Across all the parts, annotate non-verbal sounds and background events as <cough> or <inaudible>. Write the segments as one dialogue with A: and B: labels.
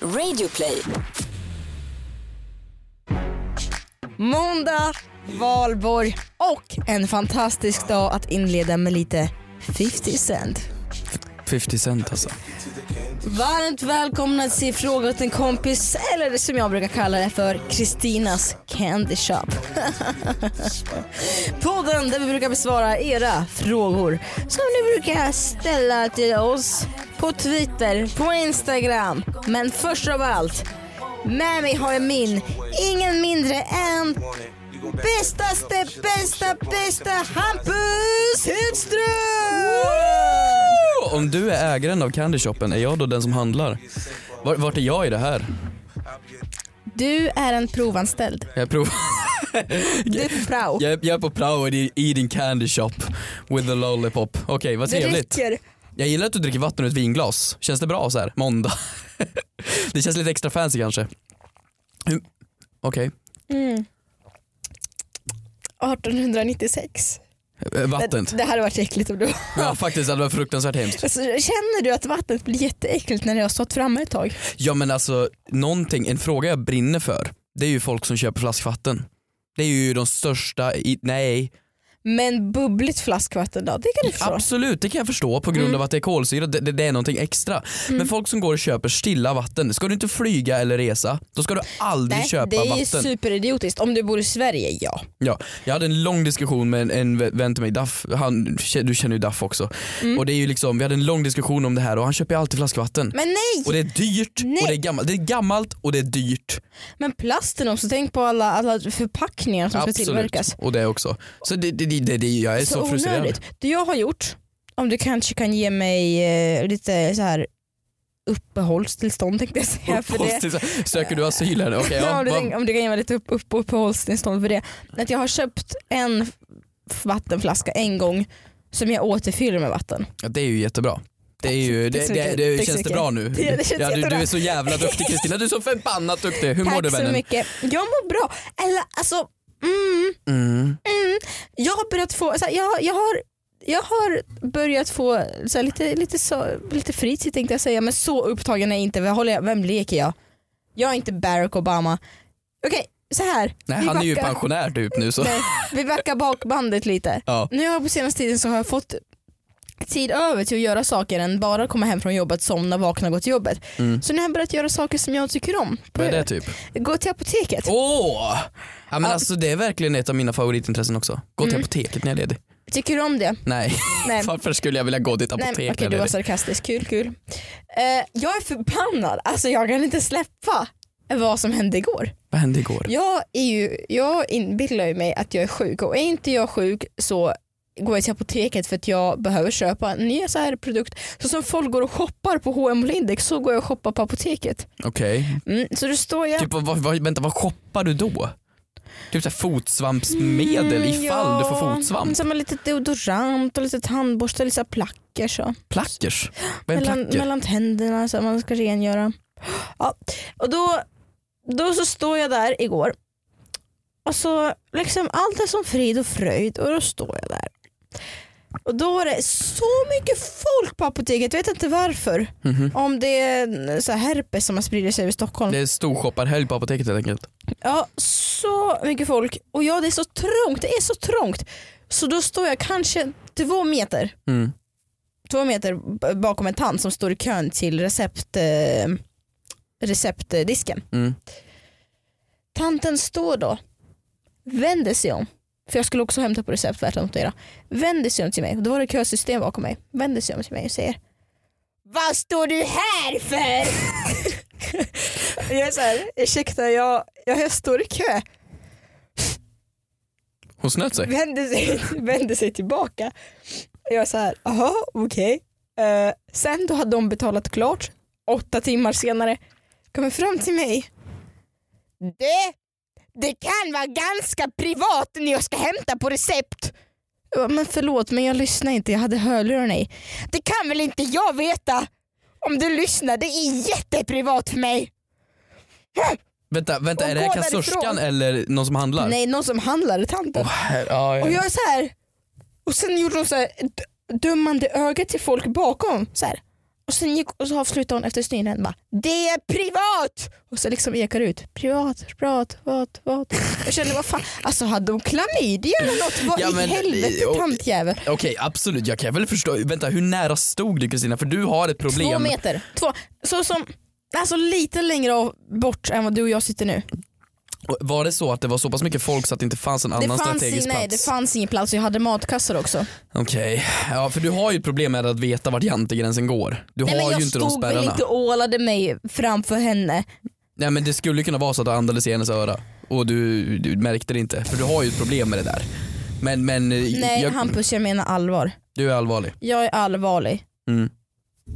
A: Radioplay.
B: Måndag, valborg och en fantastisk dag att inleda med lite 50 Cent.
C: 50 cent alltså.
B: Varmt välkomna till Fråga åt en kompis, eller som jag brukar kalla det för Kristinas Candy Shop. <laughs> Podden där vi brukar besvara era frågor som ni brukar ställa till oss på Twitter, på Instagram. Men först av allt, med mig har jag min, ingen mindre än bästaste, bästa, bästa Hampus Hedström!
C: Om du är ägaren av Candy Shoppen, är jag då den som handlar? Var, vart är jag i det här?
B: Du är en provanställd.
C: Jag, prov- <laughs>
B: Du är prao.
C: jag, jag är på prao i, i din Candy Shop with the lollipop. Okej, vad trevligt.
B: dricker.
C: Jag gillar att du dricker vatten ur ett vinglas. Känns det bra så här? måndag? <laughs> det känns lite extra fancy kanske. Hur- Okej,
B: 1896.
C: Eh, vattnet.
B: Det, det hade varit äckligt om du...
C: Ja faktiskt, det var fruktansvärt hemskt.
B: Alltså, känner du att vattnet blir jätteäckligt när det har stått framme ett tag?
C: Ja men alltså, någonting, en fråga jag brinner för, det är ju folk som köper flaskvatten. Det är ju de största, i, nej,
B: Men bubbligt flaskvatten då? Det kan du förstå.
C: absolut det kan jag förstå på grund
B: Mm.
C: av att det är kolsyra, det, det, det är någonting extra. Men folk som går och köper stilla vatten, ska du inte flyga eller resa, då ska du aldrig
B: Nej,
C: köpa
B: det är ju
C: vatten.
B: superidiotiskt. Om du bor i Sverige, ja.
C: Ja, jag hade en lång diskussion med en, en vä- vän till mig, Daff, han, du känner ju Daff också.
B: Mm.
C: Och det är ju liksom, vi hade en lång diskussion om det här och han köper ju alltid flaskvatten.
B: Men nej!
C: Och det är dyrt
B: Nej.
C: och det är gammalt. Det är gammalt och det är dyrt.
B: Men plasten också, tänk på alla, alla förpackningar som ska tillverkas.
C: Och det också. Så det, det, det, det, det jag är så, frustrerad.
B: onödigt. Det jag har gjort, om du kanske kan ge mig eh, lite så här uppehållstillstånd tänkte jag säga. För det,
C: Uppehållstillstånd. Söker du asyl här? Okej,
B: om, du,
C: ja,
B: tänker-
C: vad-
B: om du kan ge mig lite upp, upp, uppehållstillstånd för det. Att jag har köpt en f- vattenflaska en gång som jag återfyller med vatten.
C: ja, det är ju jättebra. Det, är ju,
B: Tack
C: det,
B: så
C: det,
B: mycket.
C: det,
B: Tack så
C: känns det
B: mycket.
C: bra nu?
B: Det- det känns
C: ja, du, du
B: jättebra.
C: är så jävla duktig Kristina, du är så förbannat duktig. Hur mår
B: Tack
C: du
B: så
C: vännen?
B: mycket. Jag mår bra. Eller alltså, mm,
C: Mm.
B: jag har börjat få, så här, jag, jag, har, jag har börjat få så här, lite, lite, så, lite fritid tänkte jag säga men så upptagen är jag inte. Vad håller jag- Vem leker jag? Jag är inte Barack Obama. Okej, så här.
C: Nej,
B: Vi
C: han är ju
B: backar.
C: pensionär typ nu så.
B: Nej, vi backar bak bandet lite.
C: Ja.
B: Nu har jag på senaste tiden så har jag fått tid över till att göra saker än bara komma hem från jobbet, somna, vakna, gå till jobbet.
C: Mm.
B: Så nu har jag börjat göra saker som jag tycker om.
C: Vad är det Oh. typ?
B: Gå till apoteket.
C: Åh! Ja, men
B: Ja.
C: alltså, det är verkligen ett av mina favoritintressen också. Gå till apoteket när jag är ledig.
B: Tycker du om det?
C: Nej,
B: Nej.
C: <laughs> varför skulle jag vilja gå till ett
B: Nej,
C: apotek
B: okej
C: när jag är
B: du var
C: ledig?
B: sarkastisk. Kul, kul. Eh, jag är förbannad. Alltså jag kan inte släppa vad som hände igår.
C: Vad hände igår?
B: Jag, är ju, jag inbillar ju mig att jag är sjuk och är inte jag sjuk så går jag till apoteket för att jag behöver köpa nya så här produkt. Så som folk går och shoppar på H&M och Lindex så går jag och shoppar på apoteket.
C: Okej.
B: Mm, så då står jag...
C: Typ, vad, vad, vad- vänta, vad shoppar du då? Typ så här fotsvampsmedel
B: Mm,
C: ifall du får fotsvamp?
B: Som lite deodorant och lite tandborste och lite så här placker så.
C: Plackers? Vad är en
B: mellan,
C: placker?
B: mellan tänderna så att man ska rengöra. Ja. Och då, då så står jag där igår och så liksom allt är som frid och fröjd och då står jag där. Och då är det så mycket folk på apoteket, jag vet inte varför.
C: Mhm.
B: Om det är så här herpes som har spridit sig över Stockholm.
C: Det är storshopparhelg på apoteket helt enkelt.
B: Ja, så mycket folk och ja det är så trångt, det är så trångt. Så då står jag kanske två meter
C: Mm.
B: två meter b- bakom en tant som står i kön till recept, eh, receptdisken.
C: Mm.
B: Tanten står då, vänder sig om, för jag skulle också hämta på recept värt att notera. Vänder sig om till mig, och då var det kösystem bakom mig. Vänder sig om till mig och säger Vad står du här för? <laughs> jag är såhär, ursäkta jag, jag, jag står i kö.
C: Hon snöt sig.
B: vänder sig, <laughs> vänder sig tillbaka. Och jag så här, jaha okej. Eh, sen då hade de betalat klart, åtta timmar senare, kommer fram till mig. Det, det kan vara ganska privat när jag ska hämta på recept. Jag bara, Men förlåt men jag lyssnar inte, jag hade hörlurarna i. Det kan väl inte jag veta om du lyssnar, det är jätteprivat för mig.
C: Vänta, vänta
B: Hon
C: är det här
B: går därifrån.
C: kassörskan eller någon som handlar?
B: Nej, någon som handlade tanten.
C: Åh, herre- ja, ja.
B: Och jag är så här. Och sen gjorde de så här d- dömande öga till folk bakom. Så här. Och sen gick, och så avslutade hon efter styrningen bara “Det är privat!” och så liksom ekar det ut “Privat, privat, privat, privat”. Jag kände vad fan, alltså hade hon klamydia eller något? Vad
C: Ja,
B: i
C: men-
B: helvete
C: och-
B: tantjävel?
C: Okej absolut, jag kan väl förstå. Vänta hur nära stod du Kristina? För du har ett problem.
B: Två meter. Två, så som, alltså lite längre av- bort än vad du och jag sitter nu.
C: Och Var det så att det var så pass mycket folk så att det inte fanns en annan
B: det fanns,
C: strategisk
B: ing- nej, det
C: plats?
B: fanns ingen plats och jag hade matkassar också.
C: Okej, ja för du har ju ett problem med att veta vart jantegränsen går. Du
B: Nej, men
C: har
B: jag
C: ju inte de
B: stod
C: spärrarna.
B: väl inte och ålade mig framför henne.
C: Nej men det skulle ju kunna vara så att du andades i hennes öra och du, du märkte det inte för du har ju ett problem med det där. Men, men eh,
B: Nej
C: jag,
B: Hampus jag menar allvar.
C: du är allvarlig.
B: Jag är allvarlig.
C: Mm.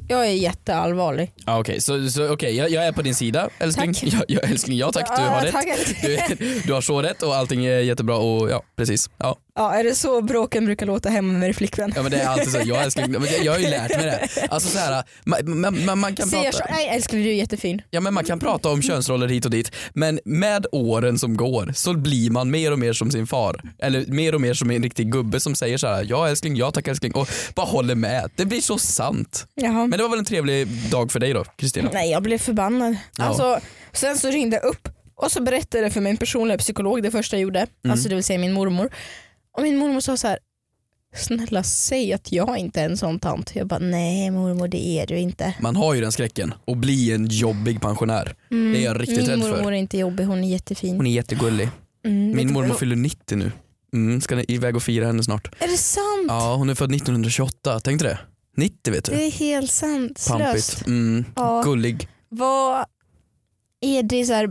B: Jag är jätteallvarlig.
C: Ja, okej, så, så okej, jag, jag är på din sida älskling.
B: Tack.
C: Jag, jag, älskling, ja tack du
B: Ja,
C: har
B: <laughs>
C: rätt.
B: tack, älskling.
C: Du, du har så rätt och allting är jättebra och ja precis. Ja,
B: Ja, är det så bråken brukar låta hemma med din flickvän?
C: ja men det är alltid så, jag älskling, men jag, jag har ju lärt mig det. Alltså så här, man, man, man, man kan
B: Säger
C: prata.
B: så, nej älskling du är jättefin.
C: Ja men man kan prata om könsroller hit och dit men med åren som går så blir man mer och mer som sin far. Eller mer och mer som en riktig gubbe som säger så här: ja älskling, ja tack älskling och bara håller med. Det blir så sant.
B: Jaha.
C: Men det var väl en trevlig dag för dig då Kristina?
B: Nej jag blev förbannad.
C: Ja.
B: Alltså, sen så ringde jag upp och så berättade jag för min personliga psykolog det första jag gjorde,
C: Mm.
B: alltså det vill säga min mormor. Och min mormor sa så här. Snälla säg att jag inte är en sån tant. Jag bara nej mormor det är du inte.
C: Man har ju den skräcken att bli en jobbig pensionär. Det är jag riktigt
B: Mm. Min
C: rädd
B: mormor
C: för.
B: är inte jobbig, hon är jättefin.
C: Hon är jättegullig.
B: Mm, vet du
C: Min
B: vad Mm.
C: mormor
B: hon-
C: fyller 90 nu. Mm, ska ni iväg och fira henne snart.
B: Är det sant?
C: Ja hon är född 1928, tänkte det? 90 vet du.
B: Det är helt sant. Slöst.
C: Pampigt. Mm,
B: Ja.
C: gullig.
B: Vad är det så här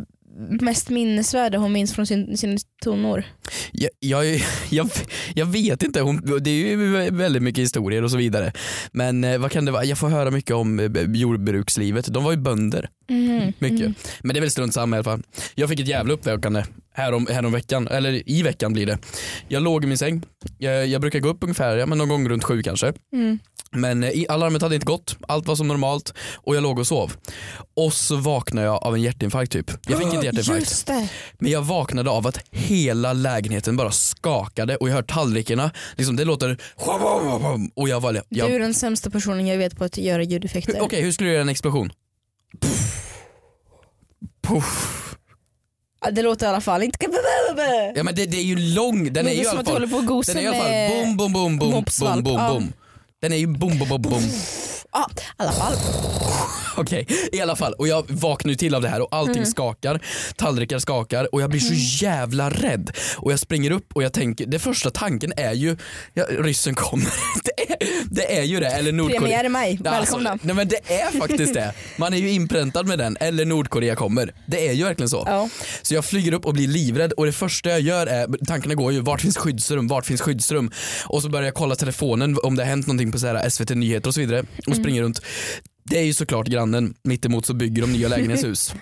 B: mest minnesvärda hon minns från sin, sina tonår?
C: Jag, jag, <laughs> jag, jag vet inte, hon, det är ju väldigt mycket historier och så vidare. Men eh, vad kan det vara? Jag får höra mycket om eh, jordbrukslivet. De var ju bönder, Mm. mycket.
B: Mm.
C: Men det är väl strunt samma i alla fall. Jag fick ett jävla uppväckande härom, härom veckan, eller i veckan blir det. Jag låg i min säng, jag, jag brukar gå upp ungefär ja, men någon gång runt sju kanske.
B: Mm.
C: Men eh, i- alarmet hade inte gått, allt var som normalt och jag låg och sov. Och så vaknade jag av en hjärtinfarkt typ. Jag fick inte
B: <gasps>
C: hjärtinfarkt.
B: Just det.
C: Men jag vaknade av att hela lägenheten bara skakade och jag hör tallrikarna, liksom det låter <laughs> och jag var jag,
B: Du är
C: Hur-
B: den sämsta personen jag vet på att göra ljudeffekter.
C: Okej, hur skulle du göra en explosion? Puff.
B: Ja, Det låter i alla fall inte...
C: Ja men det, det är ju lång, den är ju i
B: det är som
C: alla
B: att du håller
C: fall,
B: på och gosar
C: den är i alla
B: med...
C: fall boom boom boom boom boom
B: mopsvalp.
C: boom
B: Ja.
C: boom. Den är ju boom boom boom boom.
B: Ja, i alla fall.
C: <laughs> Okej, i alla fall. Och jag vaknar ju till av det här och allting
B: Mm.
C: skakar. Tallrikar skakar och jag blir så jävla rädd. Och jag springer upp och jag tänker, det första tanken är ju, ja, ryssen kommer. <laughs> Det är, det är ju det, eller Nordkorea.
B: Premiär i maj.
C: Ja, alltså,
B: Välkomna.
C: nej men det är
B: <laughs>
C: faktiskt det. Man är ju inpräntad med den, eller Nordkorea kommer. Det är ju verkligen så.
B: Ja.
C: Så jag flyger upp och blir livrädd och det första jag gör är, tankarna går ju vart finns skyddsrum, vart finns skyddsrum? Och så börjar jag kolla telefonen om det har hänt någonting på så här SVT nyheter och så vidare och
B: Mm.
C: springer runt. Det är ju såklart grannen, mittemot så bygger de
B: <laughs>
C: nya lägenhetshus.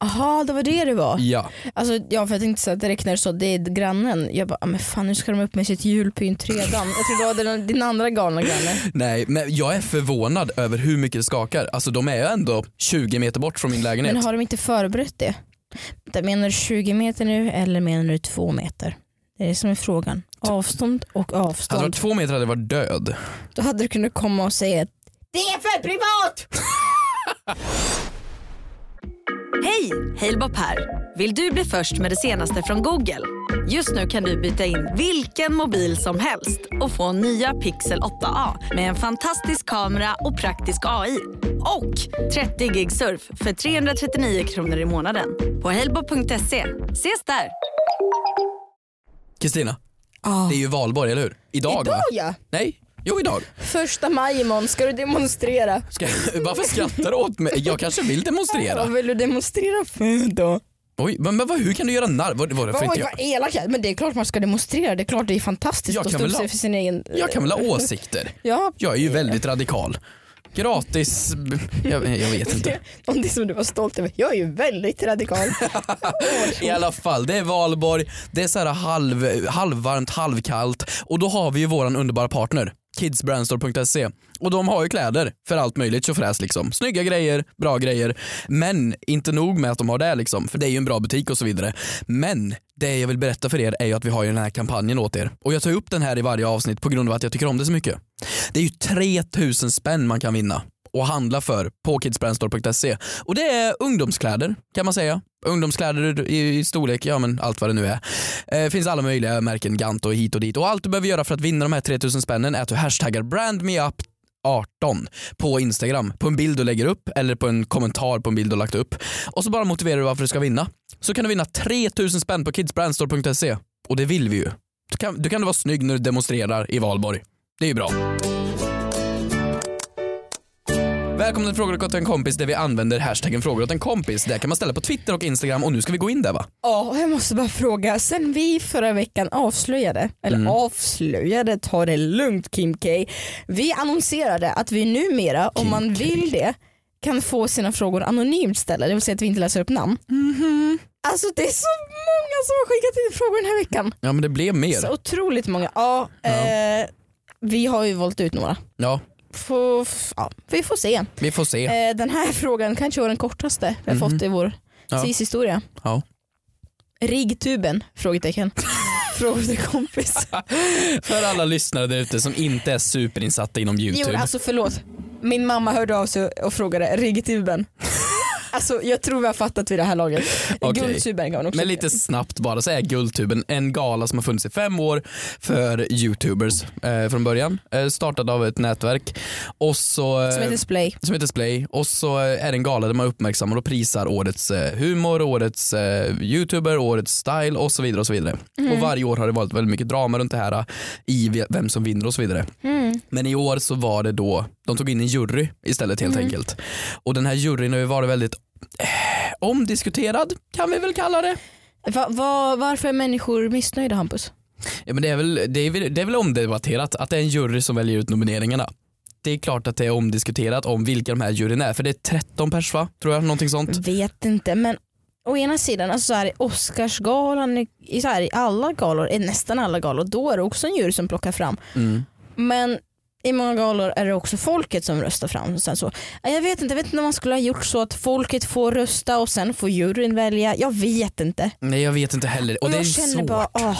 B: Jaha, det var det det var.
C: ja.
B: Alltså, ja, för jag tänkte så här direkt när du sa det är grannen, jag bara, ah, men fan nu ska de upp med sitt julpynt redan. Jag trodde det var den- din andra galna granne.
C: Nej men jag är förvånad över hur mycket det skakar. Alltså de är ju ändå 20 meter bort från min lägenhet.
B: Men har de inte förberett det? Vänta, Menar du 20 meter nu eller menar du 2 meter? Det är det som är frågan. Avstånd och
C: Hade det
B: avstånd.
C: varit två meter hade jag varit död.
B: Då hade du kunnat komma och säga att det är för privat!
A: Hej! Halebop här. Vill du bli först med det senaste från Google? Just nu kan du byta in vilken mobil som helst och få nya Pixel 8A med en fantastisk kamera och praktisk AI. Och 30 gig surf för 339 kronor i månaden på halebop.se. Ses där!
C: Kristina,
B: Ah.
C: det är ju valborg eller hur? Idag, va?
B: Idag ja!
C: Nej, jo idag.
B: Första maj imorgon ska du demonstrera.
C: Ska, <laughs> varför skrattar du åt mig? Jag kanske vill demonstrera.
B: Vad vill du demonstrera för då?
C: Oj, men, men vad- hur kan du göra narr? Vad, vad,
B: Oj
C: för inte jag,
B: vad elak jag är. Men det är klart man ska demonstrera. Det är klart det är fantastiskt
C: Jag
B: att
C: kan
B: stå
C: väl
B: upp sig
C: ha-
B: för sin egen...
C: jag kan väl ha åsikter?
B: Ja,
C: Jag är ju väldigt radikal. Gratis, jag, jag vet inte.
B: Någonting som du var stolt över. Jag är ju väldigt
C: <laughs>
B: radikal.
C: I alla fall, det är valborg, det är så här halv, halvvarmt, halvkallt och då har vi ju våran underbara partner kidsbrandstore.se och de har ju kläder för allt möjligt tjofräs liksom. Snygga grejer, bra grejer. Men inte nog med att de har det liksom, för det är ju en bra butik och så vidare. Men det jag vill berätta för er är ju att vi har ju den här kampanjen åt er och jag tar upp den här i varje avsnitt på grund av att jag tycker om det så mycket. Det är ju 3000 spänn man kan vinna och handla för på kidsbrandstore.se. Och det är ungdomskläder kan man säga. Ungdomskläder i, i storlek, ja men allt vad det nu är. Eh, finns alla möjliga märken, Gant och hit och dit. Och allt du behöver göra för att vinna de här 3000 spännen är att du hashtaggar brandmeup 18 på Instagram på en bild du lägger upp eller på en kommentar på en bild du har lagt upp. Och så bara motiverar du varför du ska vinna. Så kan du vinna 3000 spänn på kidsbrandstore.se och det vill vi ju. Du kan, du kan vara snygg när du demonstrerar i valborg. Det är ju bra. Välkomna till Frågor åt en kompis där vi använder hashtaggen frågor åt en kompis. Där kan man ställa på Twitter och Instagram och nu ska vi gå in där va?
B: Ja, jag måste bara fråga. Sen vi förra veckan avslöjade, eller
C: Mm.
B: avslöjade, ta det lugnt Kim K. Vi annonserade att vi numera, om man vill det, kan få sina frågor anonymt ställda. Det vill säga att vi inte läser upp namn.
C: Mm-hmm.
B: Alltså det är så många som har skickat in frågor den här veckan.
C: Ja men det blev mer.
B: Så otroligt många. Ja, Eh, vi har ju valt ut några.
C: Ja,
B: Få, f- ja, vi får se.
C: vi får se.
B: Eh, den här frågan kanske var den kortaste vi har fått i vår
C: Mm-hmm. Ja.
B: SIS historia.
C: Ja.
B: Rigtuben? <laughs> Frågetecken. Frågetecken kompis.
C: För alla lyssnare där ute som inte är superinsatta inom
B: Jo,
C: YouTube.
B: alltså förlåt. Min mamma hörde av sig och frågade
C: <laughs>
B: rigtuben. alltså jag tror vi har fattat vid det här laget.
C: Okej.
B: Guldtuben kan man också
C: Men lite snabbt bara så är Guldtuben en gala som har funnits i fem år för youtubers eh, från början. Eh, startad av ett nätverk och så, eh,
B: Som heter Splay.
C: som heter Splay och så eh, är det en gala där man uppmärksammar och prisar årets eh, humor, årets eh, youtuber, årets style och så vidare. Och så vidare. Och varje år har det varit väldigt mycket drama runt det här eh, i ve- vem som vinner och så vidare. Men i år så var det då, de tog in en jury istället helt enkelt. Och den här juryn har ju varit väldigt eh, omdiskuterad kan vi väl kalla det.
B: Va, va, varför är människor missnöjda Hampus?
C: Ja, men det, är väl, det, är väl, det är väl omdebatterat att det är en jury som väljer ut nomineringarna. Det är klart att det är omdiskuterat om vilka de här juryn är, för det är 13 pers va? Tror jag, någonting sånt.
B: Vet inte men å ena sidan, alltså så här, i Oscarsgalan, i- i, så här, i alla galor, i nästan alla galor, då är det också en jury som plockar fram.
C: Mm.
B: Men i många galor är det också folket som röstar fram. Sen så, Ja, jag vet inte, jag vet inte om man skulle ha gjort så att folket får rösta och sen får juryn välja. Jag vet inte.
C: Nej jag vet inte heller. Och det är
B: jag
C: ju
B: känner
C: så.
B: bara, åh,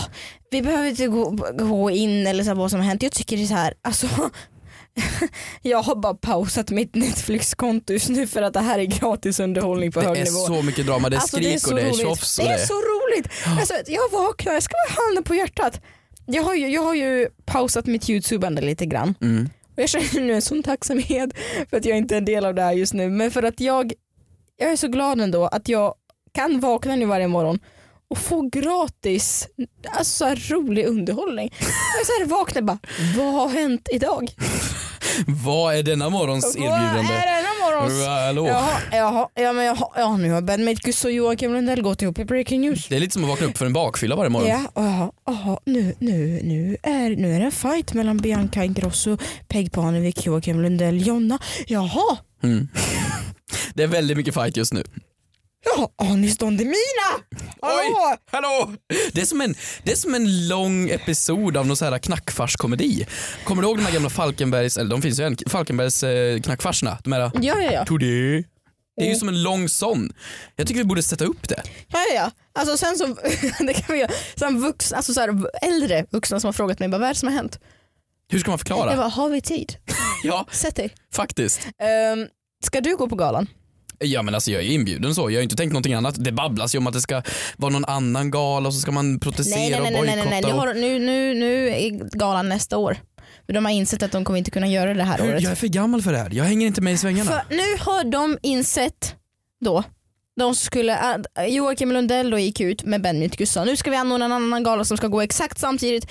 B: vi behöver inte gå, gå in eller så här, vad som har hänt. Jag tycker det är så här, alltså, <laughs> jag har bara pausat mitt Netflix-konto just nu för att det här är gratis underhållning på
C: det
B: hög
C: är
B: nivå.
C: så mycket drama, det är
B: Alltså,
C: skrik
B: så
C: och det är
B: roligt.
C: tjofs.
B: Det
C: och
B: är så roligt. Alltså, jag vaknar, jag ska ha handen på hjärtat. Jag har, ju, jag har ju pausat mitt youtubande lite grann.
C: Mm.
B: Och jag känner nu en sån tacksamhet för att jag inte är en del av det här just nu. Men för att jag, jag är så glad ändå att jag kan vakna nu varje morgon och få gratis, alltså så här rolig underhållning. Jag så här vaknar bara, vad har hänt idag?
C: Vad är denna morgons
B: Vad är
C: <laughs> erbjudande?
B: det den morgons?
C: Hallå.
B: Jaha, jaha, ja men jaha, ja nu har Ben Medkus och Joakim Lundell gått ihop i Breaking News.
C: Det är lite som att vakna upp för en bakfylla varje morgon.
B: Ja, aha, aha, nu, nu, nu, är, nu är det en fight mellan Bianca Ingrosso, Peg Parnevik, Joakim Lundell, Jonna. Jaha,
C: Mm. Det är väldigt mycket fight just nu.
B: jaha Anis Don Demina! Hallå!
C: Oj, hallå! Det är som en, det är som en lång episod av någon så här knackfarskomedi. Kommer du ihåg de här gamla Falkenbergs, eller de finns ju än, Falkenbergs eh, knackfarserna? De här
B: Ja, ja, ja.
C: Today. Det är ju som en lång sån. Jag tycker vi borde sätta upp det.
B: ja, ja, ja. Alltså sen så, <laughs> det kan vi göra. Sen vuxna, alltså så här, äldre vuxna som har frågat mig bara, vad är det som har hänt?
C: Hur ska man
B: Jag
C: förklara?
B: bara, har vi tid?
C: Ja,
B: Sätt dig.
C: faktiskt.
B: Um, ska du gå på galan?
C: Ja men alltså jag är inbjuden så, jag har ju inte tänkt någonting annat. Det babblas ju om att det ska vara någon annan gala och så ska man protestera och bojkotta.
B: Jag
C: och-
B: har, nu, nu, nu är galan nästa år. För de har insett att de kommer inte kunna göra det här
C: Hur,
B: året.
C: jag är för gammal för det här, jag hänger inte med i svängarna.
B: För nu har de insett då, de skulle, ad- Joakim Lundell då gick ut med Benny Gustafsson. Nu ska vi anordna en annan gala som ska gå exakt samtidigt,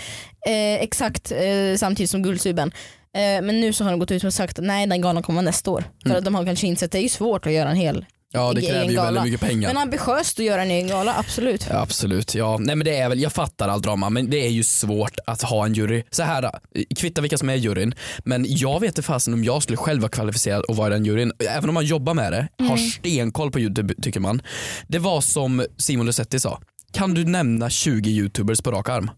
B: eh, exakt eh, samtidigt som Guldtuben. Eh, men nu så har de gått ut och sagt att nej den galan kommer vara nästa år. För att de har kanske insett att det är ju svårt att göra en hel.
C: Mm. Ja det
B: egen
C: kräver ju
B: gala.
C: väldigt mycket pengar.
B: Men ambitiöst att göra en egen gala, absolut.
C: Ja, absolut, ja. Nej, men det är väl, jag fattar all drama men det är ju svårt att ha en jury. Så här, eh, kvitta vilka som är i juryn men jag vet inte fasen om jag skulle själv vara kvalificerad och vara i den juryn. Även om man jobbar med det, har
B: Mm.
C: stenkoll på Youtube tycker man. Det var som Simon Lusetti sa, kan du nämna 20 youtubers på rak arm?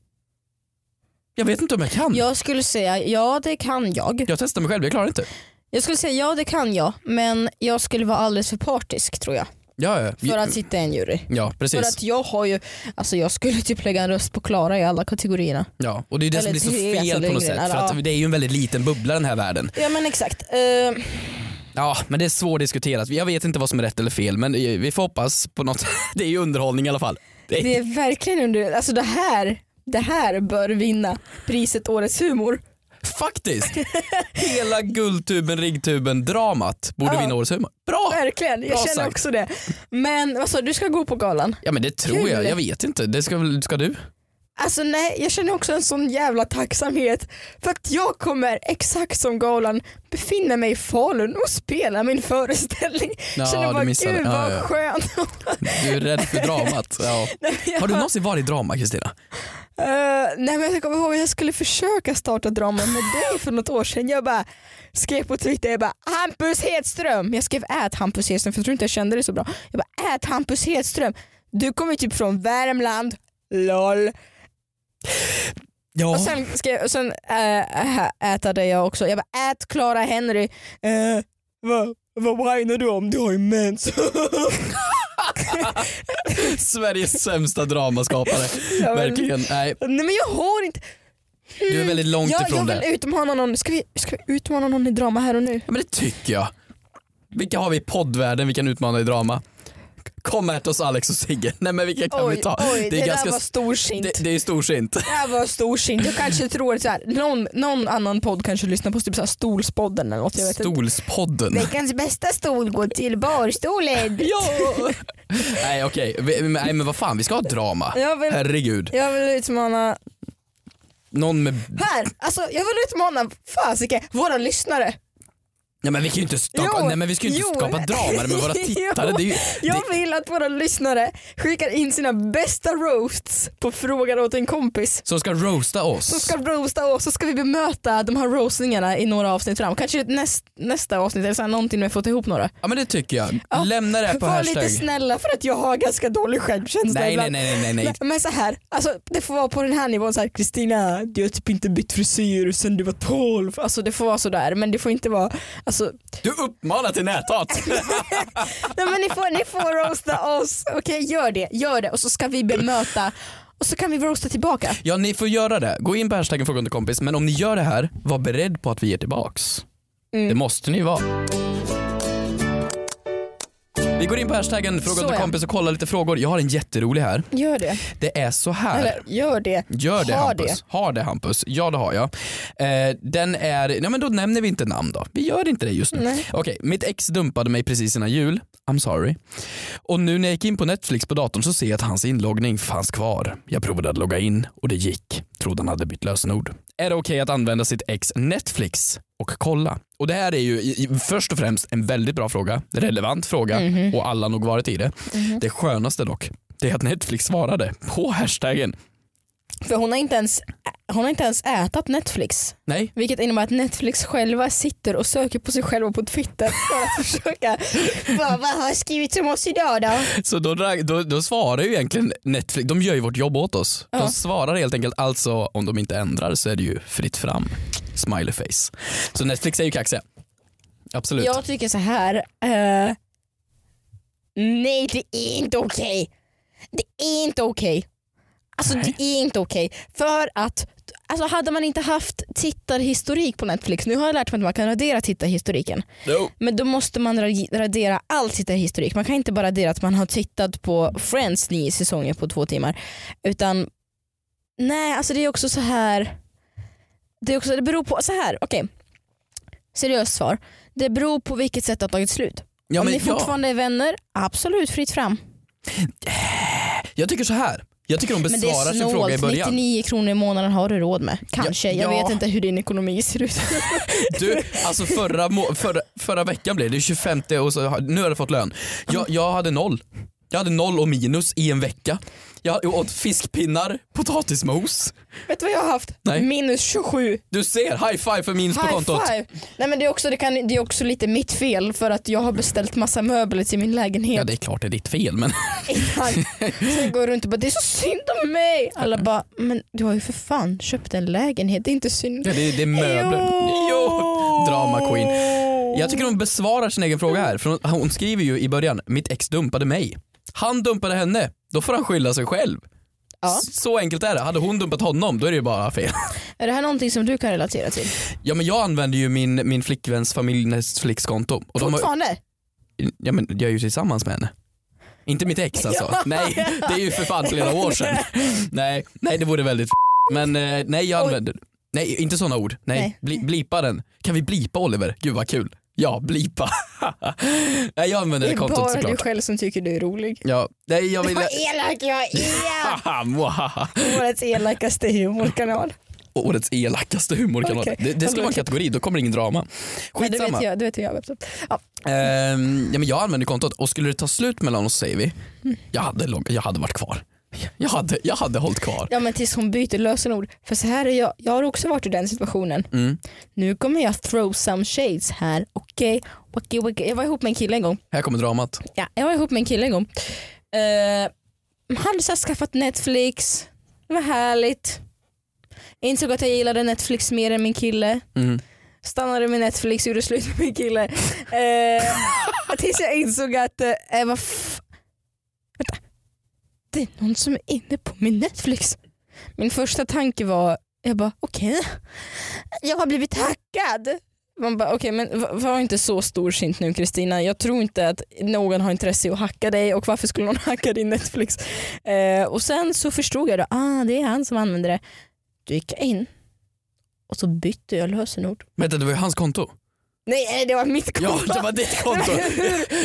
C: Jag vet inte om jag kan. Jag,
B: Jag skulle säga ja det kan jag.
C: testar mig själv, jag klarar inte.
B: Jag skulle säga ja det kan jag men jag skulle vara alldeles för partisk tror jag.
C: Ja, ja.
B: För att sitta i en jury.
C: ja precis.
B: För att jag har ju, alltså jag skulle <laughs> typ lägga en röst på Klara i alla kategorierna.
C: ja. Och det är det som
B: Eller
C: blir så
B: Therese
C: fel på något
B: Lindgren,
C: sätt. För
B: eller,
C: att
B: ja.
C: <laughs> det är ju en väldigt liten bubbla den här världen.
B: Ja men exakt. Eh,
C: Ja, men det är svårt diskuterat. Jag vet inte vad som är rätt eller fel, men vi får hoppas på något. <laughs> Det är ju underhållning i alla fall. Det är-
B: Det är verkligen under... Alltså det här, det här bör vinna priset Årets humor. <laughs>
C: Faktiskt! Hela Guldtuben, Riggtuben, dramat borde
B: Ja.
C: vinna Årets humor. Bra!
B: Verkligen, jag
C: Bra
B: känner
C: sagt.
B: också det. Men alltså, du ska gå på galan.
C: Ja men det tror
B: Kul.
C: jag, jag vet inte. Det ska, väl- ska du?
B: Alltså nej, jag känner också en sån jävla tacksamhet för att jag kommer exakt som galan befinna mig i Falun och spela min föreställning.
C: Ja,
B: känner
C: du
B: bara
C: missade.
B: gud
C: Ja,
B: vad
C: ja.
B: skönt. <laughs>
C: Du är rädd för dramat. Ja. Har du någonsin varit i drama Kristina?
B: Eh, nej men jag kommer ihåg att jag skulle försöka starta drama med dig för något år sedan. Jag bara skrev på Twitter, jag bara Hampus Hedström. Jag skrev ät Hampus Hedström för jag tror inte jag kände det så bra. Jag bara ät Hampus Hedström. Du kommer typ från Värmland, LOL.
C: Ja.
B: Och sen, skrev, och sen äh, ätade jag också. Jag bara ät Clara Henry. Eh, vad, vad whinar du om? Du har ju mens.
C: <laughs>
B: <laughs>
C: Sveriges sämsta dramaskapare.
B: Ja, men-
C: Verkligen. Nej,
B: nej men jag har inte.
C: du är väldigt långt
B: Jag, jag
C: ifrån
B: vill
C: det.
B: utmana någon. Ska vi, ska vi utmana någon i drama här och nu?
C: Ja, men det tycker jag. Vilka har vi i poddvärlden vi kan utmana i drama? Kom här till oss Alex och Sigge. Nej men vilka kan vi ta?
B: oj, det,
C: är
B: där var storsint.
C: det,
B: Det,
C: det är storsint.
B: där var storsint. Jag kanske tror att så här, någon, någon annan podd kanske lyssnar på typ så här Stolspodden eller något. Jag vet inte.
C: Stolspodden.
B: Veckans bästa stol går till <laughs> barstolen.
C: Ja. Nej okej, Vi- men- nej, men vad fan vi ska ha drama.
B: Jag vill,
C: Herregud.
B: jag vill utmana,
C: Någon med...
B: här, alltså jag vill utmana, fasiken, våra lyssnare.
C: Nej men vi kan ju inte skapa,
B: Jo,
C: nej, men vi ska ju inte
B: jo.
C: skapa drama
B: <laughs>
C: med våra tittare. Det är ju, det,
B: Jag vill att våra lyssnare skickar in sina bästa roasts på frågan åt en kompis.
C: som ska roasta oss.
B: Som ska roasta oss, så ska vi bemöta de här roastningarna i några avsnitt fram. Kanske näst, nästa avsnitt eller så här, någonting när vi fått ihop några.
C: Ja men det tycker jag. Lämna det här på
B: Var
C: hashtag.
B: lite snälla för att jag har ganska dålig självkänsla
C: Nej nej
B: ibland.
C: nej nej nej.
B: Men, men så här, alltså, det får vara på den här nivån så här Kristina, du har typ inte bytt frisyr sen du var 12. Alltså det får vara sådär men det får inte vara, alltså,
C: Du uppmanar till näthat.
B: nej men ni får, ni får roasta oss. Okej gör det, gör det och så ska vi bemöta och så kan vi roasta tillbaka.
C: ja ni får göra det. Gå in på hashtaggen fråga till kompis men om ni gör det här, var beredd på att vi ger tillbaks.
B: Mm.
C: Det måste ni vara. Vi går in på hashtaggen fråga
B: Så
C: till
B: ja.
C: kompis och kollar lite frågor. Jag har en jätterolig här.
B: Gör det.
C: Det är så här.
B: Eller gör det.
C: Gör det
B: Ha
C: Hampus. Har det Hampus. Ja det har jag. Eh, den är, ja men då nämner vi inte namn då. Vi gör inte det just nu.
B: Nej.
C: Okej, mitt ex dumpade mig precis innan jul. I'm sorry. Och nu när jag gick in på Netflix på datorn så ser jag att hans inloggning fanns kvar. Jag provade att logga in och det gick. Trodde han hade bytt lösenord. Är det okej att använda sitt ex Netflix och kolla? Och det här är ju i, i, först och främst en väldigt bra fråga, relevant fråga och alla har nog varit i det. Det skönaste dock, det är att Netflix svarade på hashtaggen.
B: För hon har, inte ens, hon har inte ens ätat Netflix.
C: Nej,
B: Vilket innebär att Netflix själva sitter och söker på sig själva på Twitter för att <laughs> försöka. Vad, vad har skrivits om oss idag då?
C: Så då, drag- då, då svarar ju egentligen Netflix, de gör ju vårt jobb åt oss.
B: Ja.
C: De svarar helt enkelt, alltså om de inte ändrar så är det ju fritt fram. Smiley face. Så Netflix är ju kaxiga. Absolut.
B: Jag tycker så här. eh, nej det är inte okej. Det är inte okej. Alltså det är inte okej. För att alltså, hade man inte haft tittarhistorik på Netflix. Nu har jag lärt mig att man kan radera tittarhistoriken.
C: No.
B: Men då måste man ra- radera all tittarhistorik. Man kan inte bara radera att man har tittat på Friends nio säsonger på två timmar. Utan nej, alltså det är också så här. Det, är också, det beror på, så här, okej. Seriöst svar. Det beror på vilket sätt det har tagit slut.
C: Ja,
B: Om
C: men
B: ni
C: ja,
B: fortfarande är vänner, absolut fritt fram.
C: jag tycker så här. Jag tycker de
B: Men det
C: besvarar
B: är
C: sin fråga i
B: snålt,
C: början.
B: 99 kronor i månaden har du råd med. Kanske,
C: Ja, ja.
B: jag vet inte hur din ekonomi ser ut. <laughs>
C: Du, alltså förra, må- förra, förra veckan blev det 25 och så, har- nu har jag fått lön.
B: Mm.
C: Jag, jag hade noll. Jag hade noll och minus i en vecka. Jag åt fiskpinnar, potatismos.
B: vet du vad jag har haft?
C: Nej.
B: Minus 27
C: Du ser, high five för minus på
B: High
C: kontot.
B: five. Nej, men det, är också, det, kan, det är också lite mitt fel för att jag har beställt massa möbler till min
C: Ja
B: lägenhet
C: det är klart det är ditt fel men
B: <laughs> innan. Så jag går runt och bara det är så synd om mig. Alla bara men du har ju för fan köpt en lägenhet, det är inte synd.
C: Ja, det, det är möbler.
B: Jo.
C: Jo! Drama queen. Jag tycker hon besvarar sin egen fråga här. För hon, hon skriver ju i början, mitt ex dumpade mig. Han dumpade henne, då får han skylla sig själv.
B: Ja.
C: S- Så enkelt är det. Hade hon dumpat honom då är det ju bara fel. <laughs>
B: Är det här någonting som du kan relatera till?
C: Ja men jag använder ju min, min flickväns familj Netflix-konto. Och de har,
B: Fortfarande?
C: ja, men jag är ju tillsammans med henne. Inte mitt ex alltså.
B: Ja.
C: Nej, det är ju för fan flera år sedan. Nej, nej det vore väldigt f- Men eh, nej jag
B: Oj.
C: använder, nej inte sådana ord. Nej,
B: Nej.
C: Bli, blipa den. Kan vi blipa Oliver? Gud vad kul. Ja, blipa. <laughs> nej jag
B: Det
C: använder det
B: är bara
C: kontot
B: du
C: såklart.
B: själv som tycker du är rolig.
C: Ja, nej jag vill...
B: Vad elak jag
C: <laughs>
B: är!
C: Haha, mwahaha.
B: Årets elakaste humorkanal.
C: Årets elakaste humorkanal.
B: Okej.
C: Det, det skulle vara en kategori, då kommer det ingen drama.
B: Men det
C: Skitsamma.
B: vet jag, det vet jag. vet jag. Ja,
C: Ehm, ja, men jag använder kontot och skulle det ta slut mellan oss säger vi, jag, hade, logg- jag hade varit kvar. Jag hade, jag hade hållit kvar.
B: ja men tills hon byter lösenord. För så här är jag, jag har också varit i den situationen.
C: Mm.
B: Nu kommer jag throw some shades här, okej? okej, okej. Jag var ihop med en kille en gång.
C: Här kommer dramat.
B: Ja, jag var ihop med en kille en gång. Eh, han hade så här skaffat Netflix, det var härligt. Jag insåg att jag gillade Netflix mer än min kille.
C: Mm.
B: Stannade med Netflix, gjorde slut med min kille. Eh, tills jag insåg att, eh, vad f- Vänta. Det är någon som är inne på min Netflix. Min första tanke var, jag bara okej, jag har blivit hackad. Man bara okej men v- var inte så storsint nu Kristina. Jag tror inte att någon har intresse i att hacka dig och varför skulle någon <laughs> hacka din Netflix? Eh, och sen så förstod jag då, ah det är han som använder det. Då gick jag in och så bytte jag lösenord.
C: Vänta det var ju hans konto.
B: Nej eh, det var mitt
C: Ja
B: konto.
C: det var ditt konto.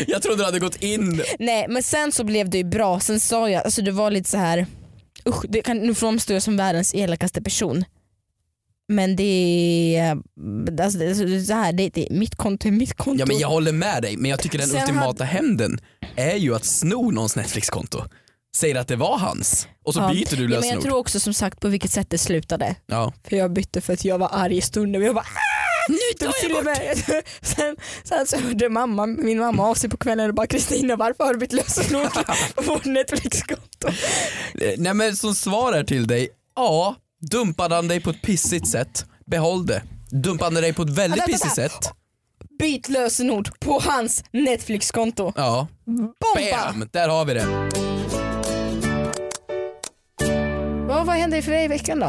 C: Jag trodde du hade gått in.
B: Nej men sen så blev det ju bra, sen sa jag, alltså det var lite så här usch, det kan, nu framstår jag som världens elakaste person. Men det är, alltså, det är så här, det, det är mitt konto är mitt konto.
C: Ja men jag håller med dig men jag tycker den
B: Sen
C: ultimata hämnden är ju att sno någons Netflix-konto. Säger att det var hans och så
B: Ja.
C: byter du
B: Ja, men jag
C: lösenord.
B: tror också som sagt på vilket sätt det slutade.
C: Ja.
B: För jag bytte för att jag var arg i stunden. Jag bara,
C: Nu
B: "Ah!" till och med, <laughs> sen, sen så hörde mamma, min mamma av sig på kvällen och bara Kristina varför har du bytt lösenord på vårt Netflix-konto?
C: Eh, Nej men som svar här till dig, ja, dumpade han dig på ett pissigt sätt, behåll det. Dumpade han dig på ett väldigt
B: Vänta,
C: pissigt
B: vänta.
C: sätt,
B: Byt lösenord på hans Netflix-konto.
C: ja,
B: Bomba!
C: bam, där har vi det.
B: Vad, vad händer för dig i veckan då?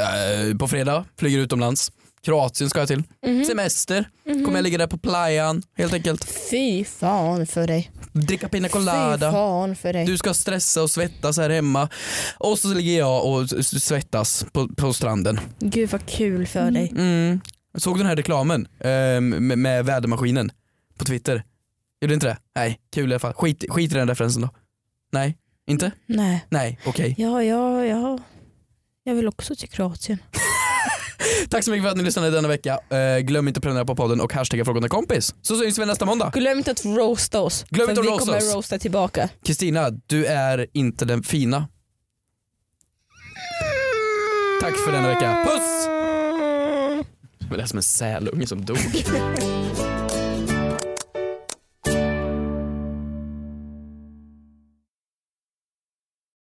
C: Eh, På fredag flyger jag utomlands, Kroatien ska jag till,
B: Mm. Mhm.
C: semester, kommer jag ligga där på playan helt enkelt,
B: Fy fan för dig.
C: dricka pina colada.
B: Fy fan för dig.
C: Du ska stressa och svettas här hemma och så ligger jag och s- s- svettas på, på stranden.
B: Gud vad kul för dig.
C: Mm. Jag såg den här reklamen eh, med, med vädermaskinen på Twitter. Gjorde inte det? Nej, kul i alla fall. Skit, skit i den referensen då. Nej, inte?
B: Nej.
C: Nej,
B: <laughs>
C: okej.
B: Ja, ja, ja. Jag vill också till Kroatien.
C: Tack så mycket för att ni lyssnade denna vecka. Eh, glöm inte att prenumerera på podden och hashtagga frågan till kompis. Så syns vi nästa måndag.
B: Glöm inte att roasta oss.
C: Glöm
B: för
C: inte att
B: vi
C: roasta
B: kommer
C: oss.
B: roasta tillbaka.
C: Kristina, du är inte den fina. Tack för denna vecka. Puss! Det lät som en sälunge som dog.